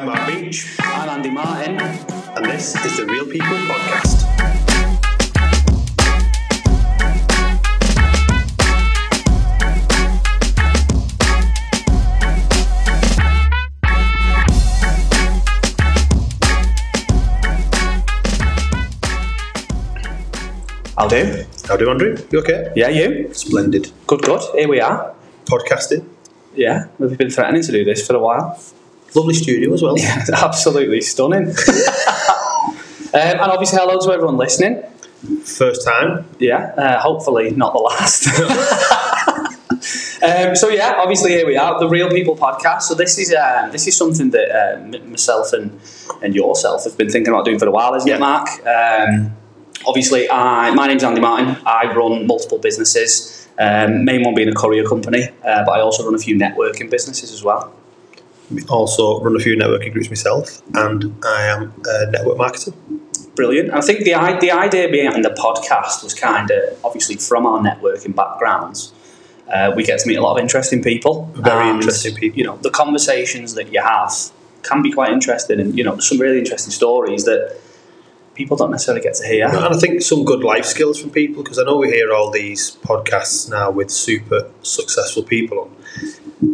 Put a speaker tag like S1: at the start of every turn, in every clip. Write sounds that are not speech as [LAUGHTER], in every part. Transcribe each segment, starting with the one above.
S1: Page. I'm Andy Martin, and this is the Real People Podcast. I'll do.
S2: How do, Andrew? You okay?
S1: Yeah, you.
S2: Splendid.
S1: Good, good. Here we are.
S2: Podcasting.
S1: Yeah, we've been threatening to do this for a while. [LAUGHS]
S2: Lovely studio as well.
S1: It's absolutely stunning. [LAUGHS] um, and obviously, hello to everyone listening.
S2: First time.
S1: Yeah, uh, hopefully not the last. [LAUGHS] um, so yeah, obviously here we are, the Real People Podcast. So this is um, this is something that um, m- myself and and yourself have been thinking about doing for a while, isn't
S2: Yeah.
S1: it, Mark? Um, obviously, I, my name's Andy Martin. I run multiple businesses. Um, main one being a courier company, uh, but I also run a few networking businesses as well.
S2: Also run a few networking groups myself, and I am a network marketer.
S1: brilliant. I think the i- the idea behind the podcast was kind of obviously from our networking backgrounds. Uh, we get to meet a lot of interesting people.
S2: Very
S1: and,
S2: interesting people.
S1: You know, the conversations that you have can be quite interesting, and you know, some really interesting stories that people don't necessarily get to hear.
S2: And I think some good life skills from people because I know we hear all these podcasts now with super successful people on.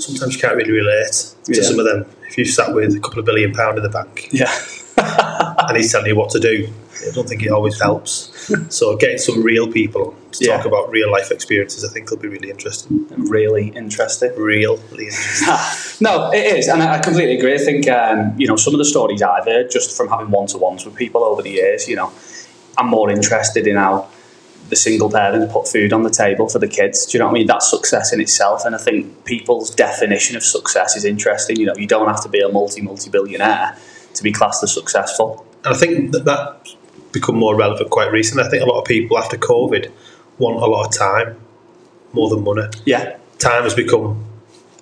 S2: Sometimes you can't really relate to
S1: Yeah.
S2: some of them. If you've sat with a couple of billion pound in the bank
S1: Yeah, [LAUGHS]
S2: and he's telling you what to do, I don't think it always
S1: [LAUGHS]
S2: helps. so getting some real people on to
S1: Yeah.
S2: talk about real life experiences, I think will be really interesting.
S1: really interesting.
S2: Really interesting.
S1: no, it is, and I I completely agree. I think um, you know some of the stories I've heard just from having one to ones with people over the years. You know, I'm more interested in how the single parents put food on the table for the kids. Do you know what I mean? That's success in itself, and I think people's definition of success is interesting. You know, you don't have to be a multi multi billionaire to be classed as successful.
S2: And I think that that's become more relevant quite recently. I think a lot of people after COVID want a lot of time more than money.
S1: Yeah,
S2: Time has become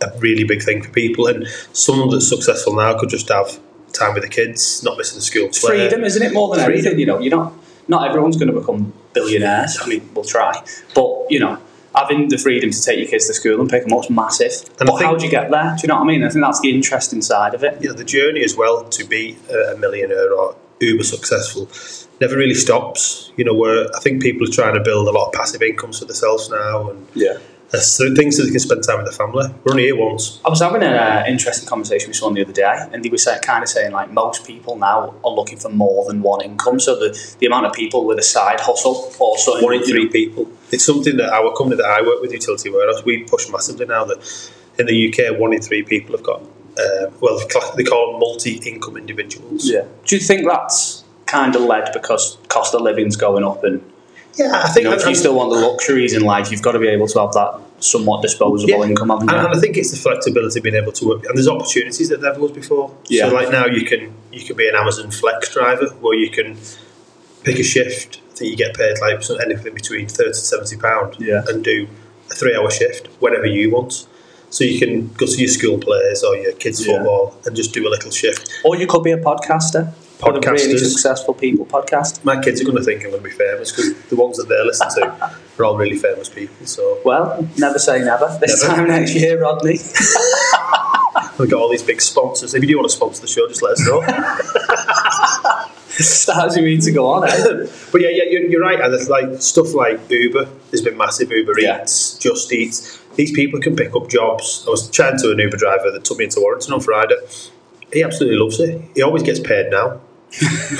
S2: a really big thing for people, and someone that's successful now could just have time with the kids, not missing the school play.
S1: freedom, isn't it? More than
S2: Freedom.
S1: anything, you know, you're not not everyone's going to become billionaires. I mean, we'll try, but you know, having the freedom to take your kids to school and pick them up's massive.
S2: And I
S1: but
S2: think-
S1: how do you get there? Do you know what I mean? I think that's the interesting side of it.
S2: You know, the journey as well to be a a millionaire or uber successful never really stops. You know, where I think people are trying to build a lot of passive incomes for themselves now, and
S1: Yeah.
S2: there's things that they can spend time with their family. We're only here once.
S1: I was having an uh, interesting conversation with someone the other day, and they were say, kind of saying like most people now are looking for more than one income. So the, the amount of people with a side hustle or something,
S2: one in three people. It's something that our company that I work with, Utility Warehouse, we push massively now that in the UK, one in three people have got, uh, well, they cla- they call them multi-income individuals.
S1: Yeah. Do you think that's kind of led because cost of living's going up and
S2: Yeah, I think
S1: you know,
S2: and-
S1: if you still want the luxuries in life, you've got to be able to have that somewhat disposable
S2: Yeah. Uh-huh.
S1: income, haven't
S2: and,
S1: you?
S2: and I think it's the flexibility of being able to work, and there's opportunities that there was before.
S1: Yeah.
S2: So like now you can you can be an Amazon Flex driver where you can pick a shift that you get paid like so anything between thirty to seventy pound,
S1: Yeah.
S2: and do a three hour shift whenever you want. So you can go to your school plays or your kids
S1: Yeah.
S2: football and just do a little shift.
S1: Or you could be a podcaster. One of the Really
S2: Podcasters.
S1: successful people podcast.
S2: my kids are going to think I'm going to be famous because the ones that they listen to are all really famous people. So
S1: Well, never say never. This
S2: Never.
S1: time next year, Rodney. [LAUGHS]
S2: we've got all these big sponsors. If you do want to sponsor the show, just let us know.
S1: Starts you mean to go on, eh?
S2: [LAUGHS] but yeah, yeah, you're, you're right. And it's like stuff like Uber has been massive. Uber
S1: Yeah.
S2: Eats, Just Eats. These people can pick up jobs. I was chatting to an Uber driver that took me into Warrington on Friday. He absolutely loves it. He always gets paid
S1: [LAUGHS]
S2: now.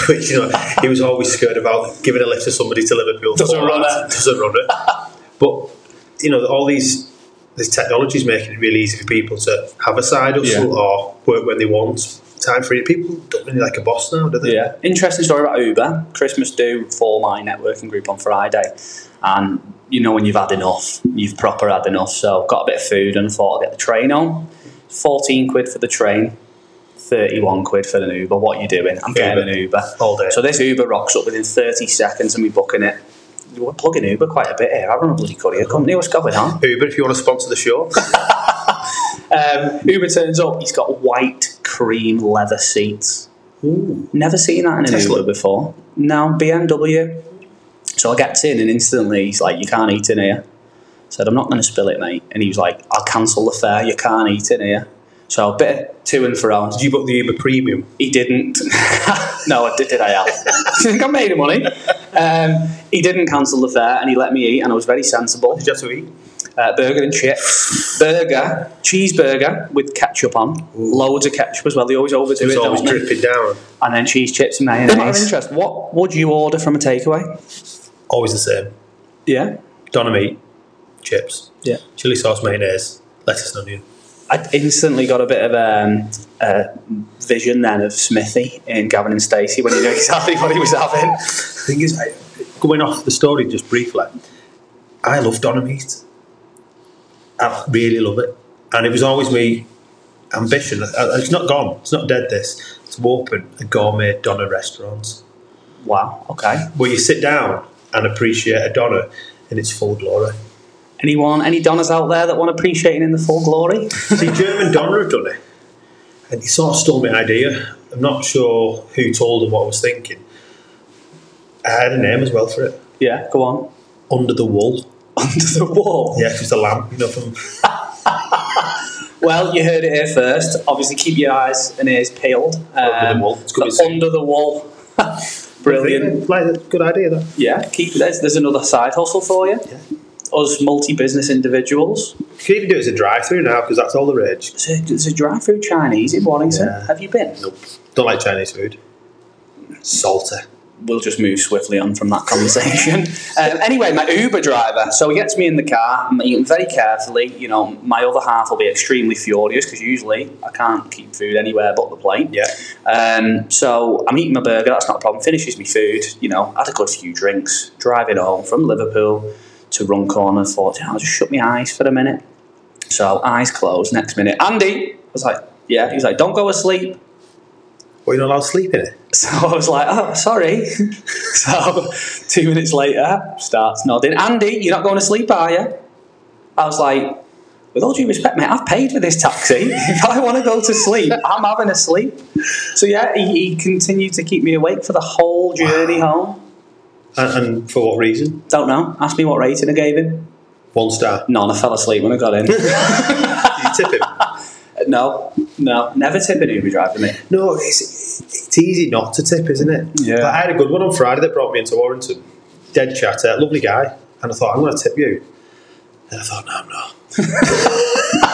S2: but, you know, he was always scared about giving a lift to somebody to Liverpool.
S1: Doesn't
S2: All
S1: run
S2: right,
S1: it.
S2: Doesn't run it. But you know, all these this technology is making it really easy for people to have a side hustle
S1: Yeah.
S2: or work when they want. Time free. People don't really like a boss now, do they?
S1: Yeah. Interesting story about Uber. Christmas do for my networking group on Friday. And you know when you've had enough, you've proper had enough. So got a bit of food and thought I'll get the train on. 14 quid for the train, 31 quid for an Uber. What are you doing? I'm getting
S2: Uber.
S1: an Uber.
S2: All day.
S1: So this Uber rocks up within 30 seconds and we're booking it. We're plugging Uber quite a bit here. I run a bloody courier company. What's going on?
S2: Uber, if you want to sponsor the show,
S1: Um, Uber turns up. He's got white cream leather seats.
S2: Ooh.
S1: Never seen that in an
S2: Tesla.
S1: Uber before. No, BMW. So I get in and instantly he's like, "You can't eat in here." I said, "I'm not going to spill it, mate." And he was like, "I'll cancel the fare. You can't eat in here." So a bit of to and fro.
S2: Did you book the Uber Premium?
S1: He didn't. [LAUGHS] no, I did, did I have? Do you think [LAUGHS] I made him money? Um, he didn't cancel the fare and he let me eat, and I was very sensible.
S2: Did you have to eat?
S1: Uh, burger and chips. burger, cheeseburger with ketchup on. Loads of ketchup as well. They always overdo
S2: It was
S1: it,
S2: always
S1: don't they?
S2: dripping down.
S1: And then cheese chips and mayonnaise.
S2: Nice.
S1: interest, what would you order from a takeaway?
S2: Always the same.
S1: Yeah.
S2: Doner meat, chips,
S1: Yeah.
S2: chili sauce, mayonnaise, lettuce and onion.
S1: I instantly got a bit of um, a vision then of Smithy in Gavin and Stacey when he knew exactly what he was having.
S2: The thing is, I, going off the story just briefly, I love doner meat. I really love it. And it was always me ambition. I- I- It's not gone. It's not dead, this. To open a gourmet doner restaurant
S1: Wow. Okay.
S2: where you sit down and appreciate a doner in its full glory.
S1: Anyone, any Donners out there that want appreciating in the full [LAUGHS] glory?
S2: See, German Donner have done it. And he sort of stole my idea. I'm not sure who told him what I was thinking. I had a name as well for it.
S1: yeah, go on. [LAUGHS]
S2: Under the Wool.
S1: Under the wall.
S2: Yeah, 'cause it's a lamp, you know, from
S1: Well, you heard it here first. Obviously, keep your eyes and ears peeled.
S2: Under the
S1: Um,
S2: wall. It's coming
S1: the
S2: soon.
S1: under the wall. [LAUGHS] Brilliant.
S2: Like, that's a good idea, though.
S1: Yeah, keep there's, there's another side hustle for you.
S2: Yeah.
S1: Us multi-business individuals.
S2: You could even do it as a drive through now, because that's all the rage.
S1: There's a, there's a drive-through Chinese in Waddington.
S2: Yeah.
S1: Have you been?
S2: Nope. Don't like Chinese food. Salty.
S1: we'll just move swiftly on from that conversation. [LAUGHS] um, anyway, my Uber driver. So he gets me in the car. I'm eating very carefully. You know, my other half will be extremely furious because usually I can't keep food anywhere but the plane.
S2: Yeah.
S1: Um, so I'm eating my burger. That's not a problem. Finishes me food. You know, had a good few drinks. Driving home from Liverpool to Runcorn and thought, "Yeah, I'll just shut my eyes for a minute. So eyes closed. Next minute, Andy I was like, "Yeah." He's like, "Don't go asleep."
S2: Well, you're not allowed to sleep in it.
S1: [LAUGHS] So I was like, oh, sorry. [LAUGHS] so two minutes later, starts nodding. Andy, you're not going to sleep, are you? I was like, with all due respect, mate, I've paid for this taxi. [LAUGHS] if I want to go to sleep, I'm having a sleep. So yeah, he, he continued to keep me awake for the whole journey home.
S2: And, and for what reason?
S1: Don't know. Ask me what rating I gave him.
S2: One star.
S1: None. I fell asleep when I got [LAUGHS] in.
S2: Did you tip him?
S1: no, no, never tip an Uber driver, mate.
S2: No, it's it's easy not to tip, isn't it?
S1: Yeah.
S2: Like, I had a good one on Friday that brought me into Warrington. Dead chatter, lovely guy, and I thought I'm going to tip you, and I thought no, I'm not, [LAUGHS]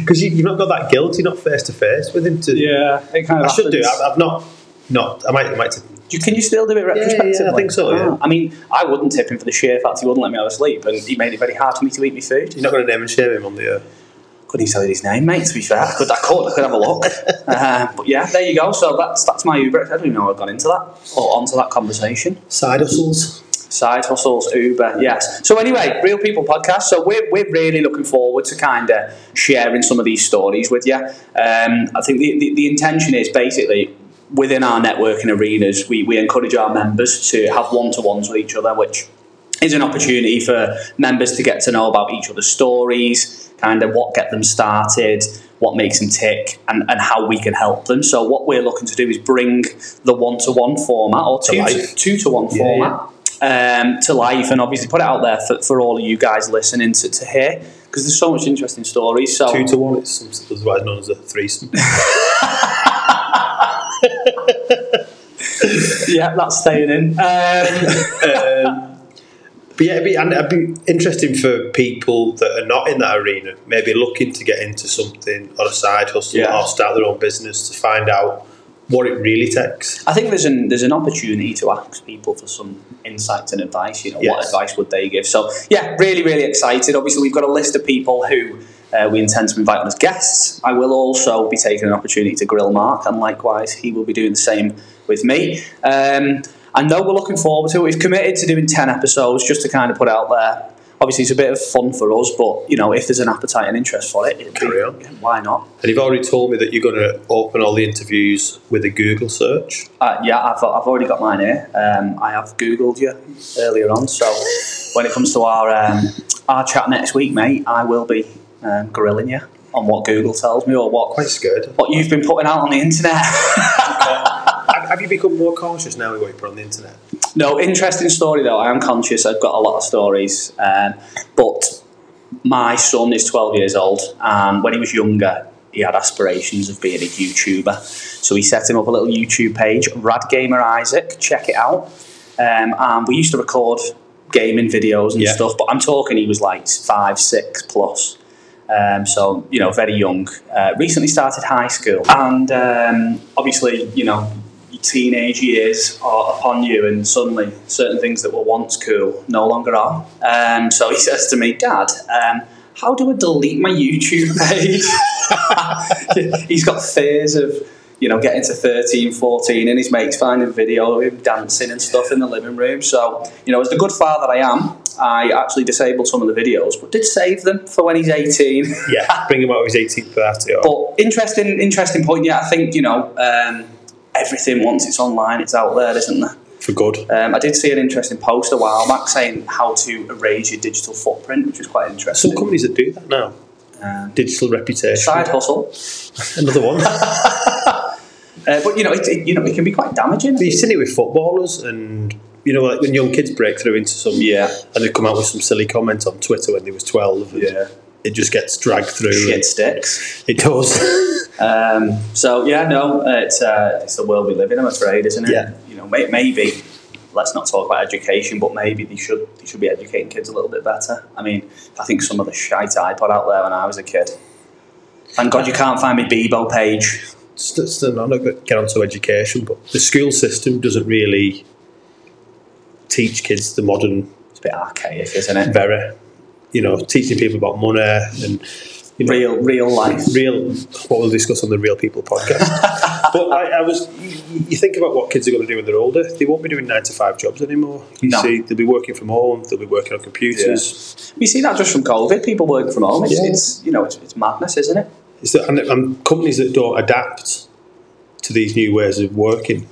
S2: because you, you've not got that guilt. You're not face to face with him. To
S1: Yeah, it kind
S2: I should do. I, I've not, not. I might, I might. Tip.
S1: You, can you still do it retrospectively? Ah,
S2: yeah, I think so, yeah.
S1: I mean, I wouldn't tip him for the sheer fact he wouldn't let me have a sleep, and he made it very hard for me to eat my food.
S2: You're not going to name and shame him on the. Uh,
S1: Couldn't even tell you his name, mate. To be fair, I could, I could, I could have a look. [LAUGHS] uh, but yeah, there you go. So that's that's my Uber. I don't even know how I've gone into that or onto that conversation.
S2: side hustles.
S1: Side hustles, Uber, yes. So anyway, Real People Podcast. So we're, we're really looking forward to kind of sharing some of these stories with you. Um, I think the, the, the intention is basically within our networking arenas, we, we encourage our members to have one-to-ones with each other, which is an opportunity for members to get to know about each other's stories, kind of what get them started, what makes them tick, and, and how we can help them. So what we're looking to do is bring the one-to-one format or two to,
S2: life.
S1: two to one
S2: Yeah,
S1: format um, to life and obviously put it out there for, for all of you guys listening to, to hear because there's so much interesting stories. So
S2: Two to one. It's some- otherwise known as a threesome.
S1: [LAUGHS] yeah, that's staying in. Um,
S2: But yeah, it'd be, and it'd be interesting for people that are not in that arena, maybe looking to get into something or a side hustle
S1: Yeah.
S2: or start their own business to find out what it really takes.
S1: I think there's an there's an opportunity to ask people for some insights and advice. You know, what
S2: Yes.
S1: advice would they give? So yeah, really, really excited. Obviously, we've got a list of people who uh, we intend to invite on as guests. I will also be taking an opportunity to grill Mark, and likewise, he will be doing the same with me. Um, I know we're looking forward to it. We've committed to doing ten episodes just to kind of put out there. Obviously, it's a bit of fun for us, but you know, if there's an appetite and interest for it, it'd be-
S2: Carry on.
S1: why not?
S2: And you've already told me that you're going to open all the interviews with a Google search.
S1: Uh, yeah, I've, I've already got mine here. Um, I have Googled you earlier on, so when it comes to our um, our chat next week, mate, I will be um, grilling you on what Google tells me or what
S2: Quite scared.
S1: what you've been putting out on the internet.
S2: have, have you become more cautious now with what you put on the internet?
S1: no, interesting story though. I am conscious. I've got a lot of stories, um, but my son is twelve years old, and when he was younger, he had aspirations of being a YouTuber. So we set him up a little YouTube page, Rad Gamer Isaac. Check it out. Um, and we used to record gaming videos and
S2: Yeah.
S1: stuff, but I'm talking he was like five, six plus. Um, so, you know, very young. Uh, recently started high school. And um, obviously, you know, your teenage years are upon you, and suddenly certain things that were once cool no longer are. Um, so he says to me, Dad, um, how do I delete my YouTube page? [LAUGHS] He's got fears of, you know, getting to 13, 14, and his mates finding video of him dancing and stuff in the living room. So, you know, as the good father I am, I actually disabled some of the videos, but did save them for when he's 18.
S2: Yeah, bring him out of his 18th birthday. Or,
S1: [LAUGHS] But interesting, interesting point. Yeah, I think you know um, everything once it's online, it's out there, isn't there?
S2: for good.
S1: Um, I did see an interesting post a while back saying how to erase your digital footprint, which was quite
S2: Some
S1: interesting.
S2: companies that do that now.
S1: Um,
S2: Digital reputation.
S1: side hustle,
S2: Another one. [LAUGHS]
S1: uh, but you know, it, it, you know, it can be quite damaging.
S2: But You've seen it with footballers and you know like when young kids break through into some
S1: Yeah.
S2: and they come out with some silly comment on Twitter when they was twelve and
S1: Yeah.
S2: it just gets dragged through
S1: Shit
S2: and
S1: sticks.
S2: it does. [LAUGHS]
S1: Um, so yeah, no, uh, it's uh, it's the world we live in. I'm afraid, isn't it?
S2: Yeah.
S1: You know, may, maybe let's not talk about education, but maybe they should they should be educating kids a little bit better. I mean, I think some of the shite I put out there when I was a kid. Thank God you can't find my Bebo page.
S2: Still, still, I'm not going to get onto education, but the school system doesn't really teach kids the modern
S1: It's a bit archaic, isn't it?
S2: era. You know, teaching people about money and you know,
S1: Real real life.
S2: real what we'll discuss on the real people
S1: [LAUGHS]
S2: podcast but I, I was you you think about what kids are going to do when they're older they won't be doing nine to five jobs anymore you
S1: No.
S2: see they'll be working from home they'll be working on computers
S1: We see that just from COVID. People working from home. It's,
S2: Yeah.
S1: it's you know it's, it's madness, isn't it?
S2: it's the, and, and companies that don't adapt to these new ways of working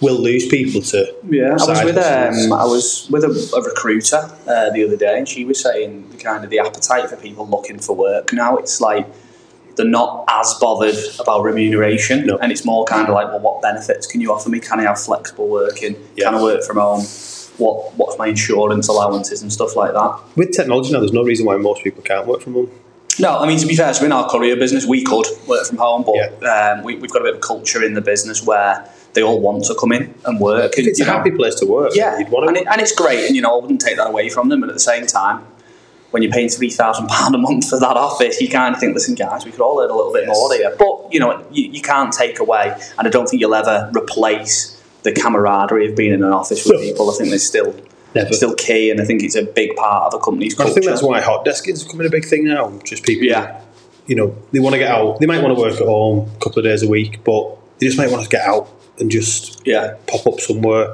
S2: will lose people to
S1: Yeah, I was
S2: side
S1: with
S2: hustles.
S1: um, I was with a, a recruiter uh, the other day, and she was saying the kind of the appetite for people looking for work now. It's like they're not as bothered about remuneration,
S2: No.
S1: and it's more kind of like, well, what benefits can you offer me? Can I have flexible working?
S2: Yeah.
S1: Can I work from home? What what's my insurance allowances and stuff like that?
S2: with technology now there's no reason why most people can't work from home
S1: No, I mean to be fair, so in our courier business, we could work from home, but um, we, we've got a bit of culture in the business where they all want to come in and work.
S2: if
S1: and,
S2: it's
S1: you
S2: a
S1: know,
S2: happy place to work
S1: yeah,
S2: you'd want
S1: and,
S2: to
S1: it, and it's great, and you know I wouldn't take that away from them. But at the same time, when you're paying three thousand pound a month for that office, you kind of think, listen, guys, we could all earn a little bit
S2: Yes.
S1: more here. But you know, you, you can't take away, and I don't think you'll ever replace the camaraderie of being in an office with
S2: No.
S1: people. I think there's still
S2: Never.
S1: still key, and I think it's a big part of a company's
S2: I
S1: culture.
S2: think that's why hot desking is becoming a big thing now just people
S1: yeah.
S2: you know, they want to get out. They might want to work at home a couple of days a week, but they just might want to get out and just
S1: Yeah,
S2: pop up somewhere,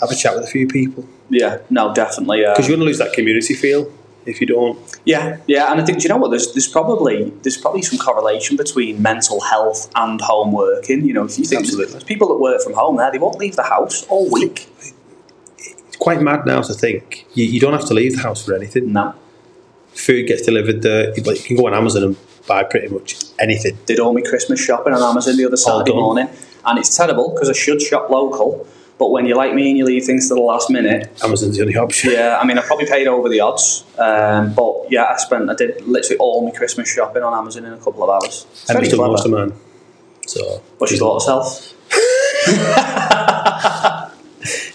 S2: have a chat with a few people.
S1: yeah, no, definitely. Uh,
S2: Because you're going to lose that community feel if you don't.
S1: Yeah, yeah, and I think do you know what? There's there's probably there's probably some correlation between mental health and home working. You know, if you think
S2: Absolutely.
S1: people that work from home, there they won't leave the house all week.
S2: It's quite mad now to think you, you don't have to leave the house for anything.
S1: No,
S2: Food gets delivered there. You, like, you can go on Amazon and buy pretty much anything.
S1: did all my Christmas shopping on Amazon the other Saturday
S2: done.
S1: morning, and it's terrible because I should shop local. But when you're like me and you leave things to the last minute,
S2: Amazon's the only [LAUGHS] option.
S1: yeah, I mean, I probably paid over the odds. Um, but yeah, I spent, I did literally all my Christmas shopping on Amazon in a couple of hours. It's
S2: and
S1: very
S2: it's done
S1: clever.
S2: most of mine. So
S1: What she bought herself.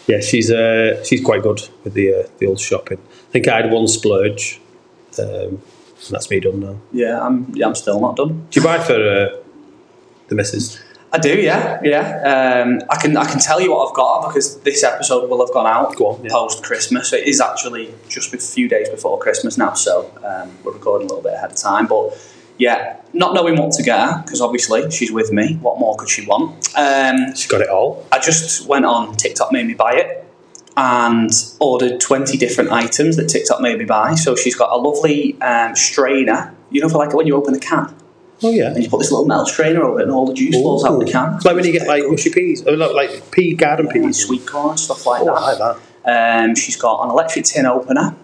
S2: yeah, she's uh, she's quite good with the uh, the old shopping. I think I had one splurge, um, and that's me done now.
S1: Yeah, I'm, yeah, I'm still not done.
S2: Do you buy for uh, the missus?
S1: I do, yeah, yeah. Um, I can I can tell you what I've got because this episode will have gone out
S2: Go on, yeah.
S1: post Christmas. It is actually just a few days before Christmas now, so um, we're recording a little bit ahead of time. But yeah, not knowing what to get her because obviously she's with me. What more could she want? Um,
S2: She got it all.
S1: I just went on TikTok made me buy it and ordered 20 different items that TikTok made me buy. So she's got a lovely um, strainer, you know, for like when you open the can
S2: Oh yeah.
S1: and you put this little metal strainer over it and all the juice falls out of the can.
S2: It's like when you get like mushy peas, or like, like pea garden
S1: Yeah,
S2: peas.
S1: sweet corn, stuff like
S2: Oh,
S1: that.
S2: I like that.
S1: Um, she's got an electric tin opener.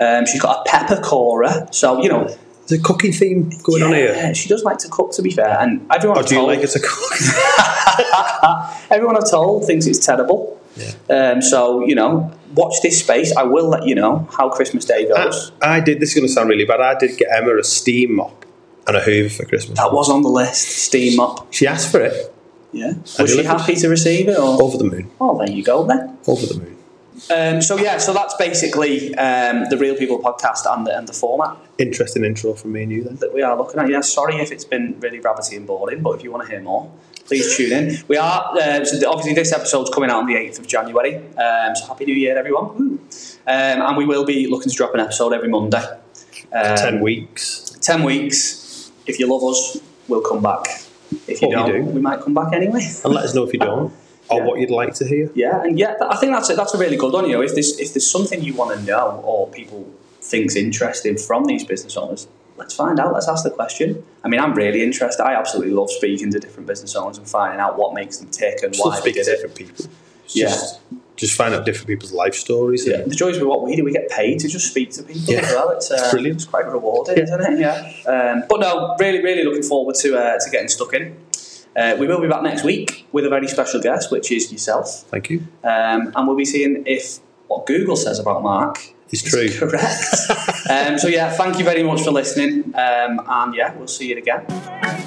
S1: Um, she's got a pepper corer. So, you know,
S2: There's a cooking theme going on here.
S1: yeah, she does like to cook, to be fair. And everyone,
S2: Or
S1: I've
S2: do you
S1: told,
S2: like it to [LAUGHS] cook?
S1: everyone I've told thinks it's terrible. Um, so, you know, watch this space. I will let you know how Christmas Day goes.
S2: I, I did. This is going to sound really bad. I did get Emma a steam mop, and a Hoover for Christmas.
S1: That was on the list. Steam up.
S2: She asked for it.
S1: Yeah.
S2: And
S1: Was she
S2: it was-
S1: happy to receive it? Or?
S2: Over the moon.
S1: Oh, there you go then.
S2: Over the moon.
S1: Um, so yeah, so that's basically um, the Real People podcast and the, and the format
S2: Interesting intro from me and you then.
S1: that we are looking at. Yeah, sorry if it's been really rabbity and boring, but if you want to hear more, please tune in. We are uh, so the- obviously this episode's coming out on the eighth of January. Um, so happy New Year, everyone! Woo. Um, and we will be looking to drop an episode every Monday. Um,
S2: Ten weeks.
S1: 10 weeks. If you love us, we'll come back. If you
S2: Or
S1: don't,
S2: we
S1: we,
S2: do.
S1: might come back anyway. [LAUGHS]
S2: And let us know if you don't or
S1: Yeah.
S2: what you'd like to hear.
S1: Yeah, and yeah, th- I think that's a, that's a really good one. You know, if there's if there's something you want to know or people thinks interesting from these business owners, let's find out. Let's ask the question. I mean, I'm really interested. I absolutely love speaking to different business owners and finding out what makes them tick and
S2: Just
S1: why they
S2: speak to
S1: did it.
S2: different people. It's
S1: Yeah.
S2: Just, just find out different people's life stories.
S1: Yeah.
S2: and-
S1: The joy is with what we do, we get paid to just speak to people
S2: Yeah.
S1: as well. It's, uh,
S2: It's brilliant.
S1: It's quite rewarding,
S2: Yeah.
S1: isn't it? Yeah. Um, but no, really, really looking forward to uh, to getting stuck in. Uh, we will be back next week with a very special guest, which is yourself,
S2: Thank you.
S1: um, and we'll be seeing if what Google says about Mark
S2: It's
S1: is
S2: true.
S1: correct. um, so yeah, thank you very much for listening, um, and yeah, we'll see you again.
S3: I'm